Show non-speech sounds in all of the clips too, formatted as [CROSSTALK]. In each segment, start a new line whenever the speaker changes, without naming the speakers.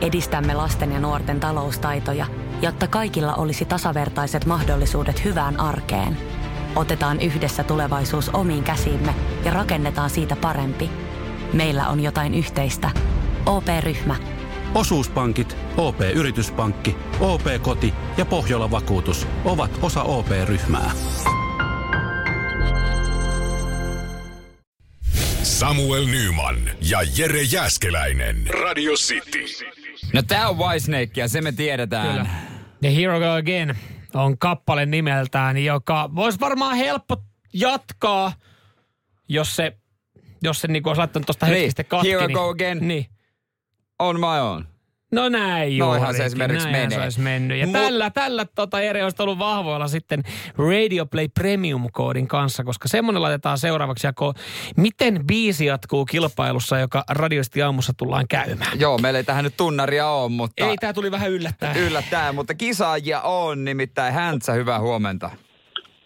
Edistämme lasten ja nuorten taloustaitoja, jotta kaikilla olisi tasavertaiset mahdollisuudet hyvään arkeen. Otetaan yhdessä tulevaisuus omiin käsiimme ja rakennetaan siitä parempi. Meillä on jotain yhteistä. OP-ryhmä.
Osuuspankit, OP-yrityspankki, OP-koti ja Pohjola-vakuutus ovat osa OP-ryhmää.
Samuel Nyman ja Jere Jäskeläinen. Radio City.
No tää on Whitesnake ja se me tiedetään.
Kyllä. The Hero Go Again on kappale nimeltään, joka voisi varmaan helppo jatkaa, jos se, jos se niinku olisi laittanut tuosta
Niin,
hetkistä katki.
Here I
niin-
go again.
Niin.
On my own.
No näin
Noinhan
juuri.
se esimerkiksi
näinhän
menee.
Se olisi mennyt. Ja
Mu-
tällä, tällä tota, eri olisi ollut vahvoilla sitten Radio Play Premium-koodin kanssa, koska semmoinen laitetaan seuraavaksi jako, miten biisi jatkuu kilpailussa, joka radiosti aamussa tullaan käymään.
Joo, meillä ei tähän nyt tunnaria ole, mutta...
Ei, tämä tuli vähän yllättäen.
Yllättäen, mutta kisaajia on, nimittäin Häntsä, hyvää huomenta.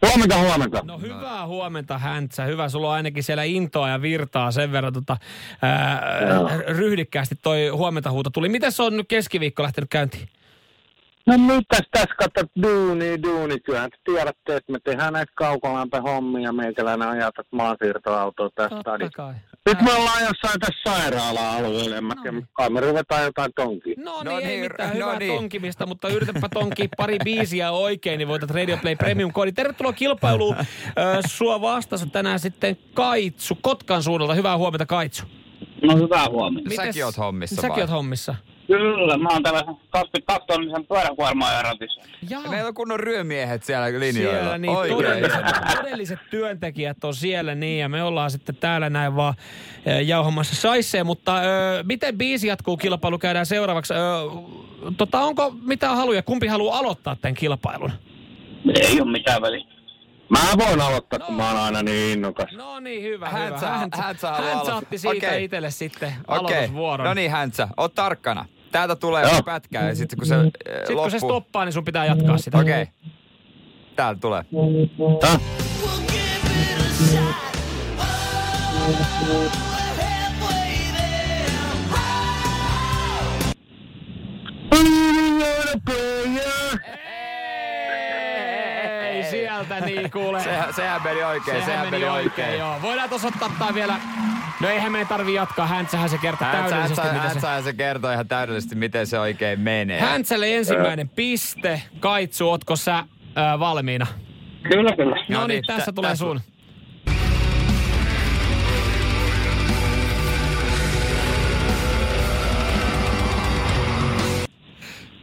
Huomenta, huomenta.
No hyvää huomenta Häntsä, hyvä. Sulla on ainakin siellä intoa ja virtaa sen verran tota, ää, ryhdikkäästi toi huomenta huuto tuli. Miten se on nyt keskiviikko lähtenyt käyntiin?
No mitäs tässä katsot duuni, duuni. Kyllähän te tiedätte, että me tehdään näitä kaukolämpö hommia. Meikäläinen ajaa tätä maansiirtoautoa tässä stadissa.
kai.
Nyt me ollaan jossain tässä sairaala-alueella. En mä tiedä, kai me ruvetaan jotain tonkiin.
No niin,
No
no ei
niin,
mitään
no
no hyvää
niin.
niin. tonkimista, mutta yritäpä tonkia pari biisiä oikein, niin voitat Radio Play Premium-koodi. Tervetuloa kilpailuun. Ö, Sua vastassa tänään sitten Kaitsu Kotkan suunnalta. Hyvää huomenta Kaitsu.
No hyvää huomenta.
Säkin oot hommissa vai?
Säkin oot hommissa.
Kyllä, mä oon tällaisen 22 tonnisen pyöräkuormaa ratissa.
Jaa.
Meillä on kunnon ryömiehet siellä linjoilla.
Siellä niin
Oikein.
todelliset, todelliset työntekijät on siellä niin ja me ollaan sitten täällä näin vaan ö, jauhamassa saisseen, mutta ö, miten biisi jatkuu kilpailu käydään seuraavaksi? Ö, tota, onko mitään haluja? Kumpi haluaa aloittaa tämän kilpailun?
Ei ole mitään väliä.
Mä voin aloittaa, kun mä oon aina niin innokas.
No niin, hyvä,
Hän
hyvä.
saa- hän saa
hän
aloittaa.
saatti siitä
Okei.
okay. itselle sitten
Okei,
aloitusvuoron.
no niin Häntsä, oot tarkkana. Täältä tulee
Joo.
pätkää ja sitten kun se äh,
Sitten Mm. kun se
loppuu...
stoppaa, niin sun pitää jatkaa sitä.
Okei, täältä tulee.
Tää?
Ei sieltä niin kuule.
Sehän, sehän meni oikein, sehän, meni oikein.
Joo. Voidaan tuossa ottaa tää vielä... No eihän meidän tarvi jatkaa, häntsähän se kertaa
Häntsä,
täydellisesti.
häntsä,
mitä se-
häntsä, se kertoo ihan täydellisesti, miten se oikein menee.
Häntsälle ensimmäinen piste. Kaitsu, ootko sä ää, valmiina?
Kyllä, kyllä.
No
No niin,
niin, tä-
tässä tulee
tässä-
sun.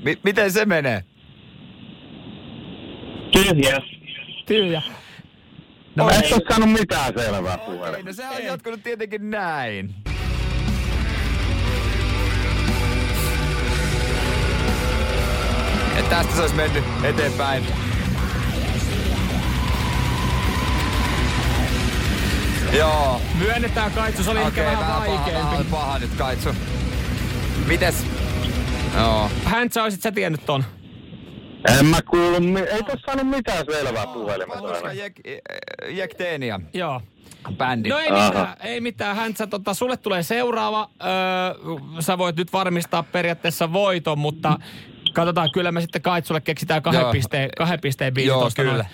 Mi- miten se menee?
Tyhjä.
Tyhjä.
No, et oo saanut mitään selvää puhelle.
Ei, no sehän on jatkunut tietenkin näin. Ja tästä se olisi mennyt eteenpäin. Joo.
Myönnetään Kaitsu, se oli
Okei,
ehkä
okay,
vähän
vähän paha, vähän oli
vaikeampi.
paha nyt, Kaitsu. Mites? Joo.
Häntsä, olisit sä tiennyt ton?
En mä kuulu, mi- ei tos saanut mitään selvää puhelimesta.
Paluska Jek, Jek Teenia,
Joo.
bändi.
No ei mitään, ei mitään. Häntsä, tota, sulle tulee seuraava. Öö, sä voit nyt varmistaa periaatteessa voiton, mutta katsotaan, kyllä me sitten Kaitsulle keksitään kahden
Joo.
pisteen, kahden pisteen biisi
Joo,
tosta
kyllä.
noin.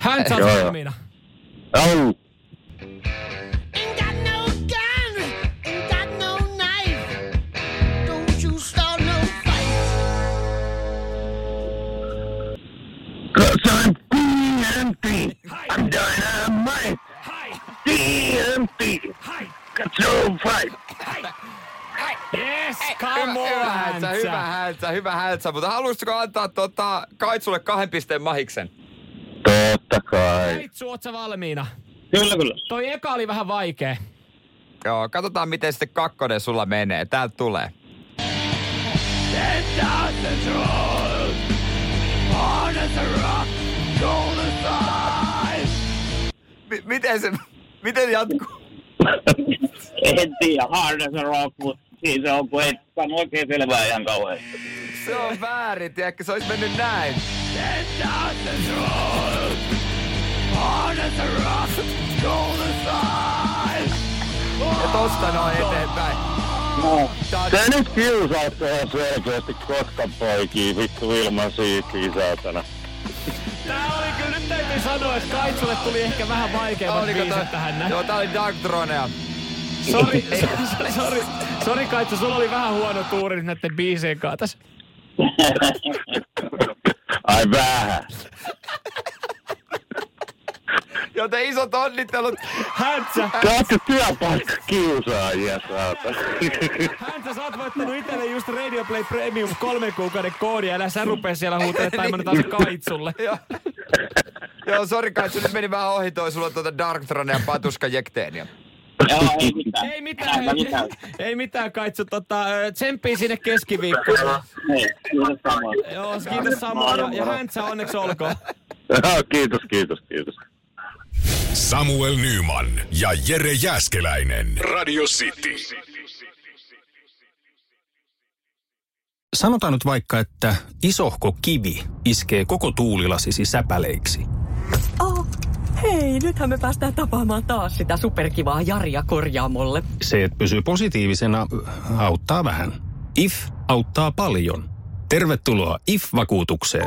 Häntsä,
Joo,
ootko
joo.
valmiina?
Au!
Ain't got no gun, ain't got no knife. Don't you start no fight.
Cause I'm DMT. I'm dynamite. DMT. Got no fight.
Yes,
Hyvä,
come on,
hyvä häntsä,
Häntsä.
hyvä häntsä, hyvä häntsä. Mutta haluaisitko antaa tota, Kaitsulle kahden pisteen mahiksen?
Totta kai.
Kaitsu, oot sä valmiina?
Kyllä, kyllä. [LAUGHS]
Toi eka oli vähän vaikea.
Joo, katsotaan miten sitten kakkonen sulla menee. Täältä tulee. M- miten se, miten jatkuu?
en tiedä, hard as a rock, mutta siinä se on, kun ei saanut oikein selvää ihan kauheasti.
Se on väärin, tiedätkö, se olisi mennyt näin. Ja tosta noin eteenpäin.
Te nyt kiusaatte ihan selkeästi koska poikii vittu ilman siikiä saatana.
Tää oli kyllä, nyt täytyy sanoa, että Kaitsulle tuli ehkä vähän vaikeammat
Oliko toi-
biisit tähän näin.
Joo, tää oli Dark Dronea.
[LAUGHS] Sori, [LAUGHS] sori, sori, sori Kaitsu, sulla oli vähän huono tuuri nyt näiden biisien kanssa tässä.
Ai vähän.
Joten isot onnittelut.
Häntsä,
Te ootte työpaikka kiusaajia saatana.
häntsä, sä oot voittanut itelle just Radio Play Premium kolmen kuukauden koodi, älä sä rupee siellä huutaa, että mä taas [LAUGHS] Kaitsulle.
Joo. Joo, sori Kaitsu, nyt meni vähän ohi toi sulla tuota Dark Dronea patuska jekteeniä.
Joo, ei mitään.
Ei mitään,
Enääpä
ei,
mitään.
ei mitään Kaitsu, tota, ö, tsemppii sinne keskiviikkona.
Niin, kiitos samoin.
Joo, kiitos samoin ja, ja häntsä onneksi olkoon.
[LAUGHS] Joo, kiitos, kiitos, kiitos.
Samuel Nyman ja Jere Jäskeläinen. Radio City.
Sanotaan nyt vaikka, että isohko kivi iskee koko tuulilasisi säpäleiksi.
Oh, hei, nythän me päästään tapaamaan taas sitä superkivaa Jaria korjaamolle.
Se, että pysyy positiivisena, äh, auttaa vähän. IF auttaa paljon. Tervetuloa IF-vakuutukseen.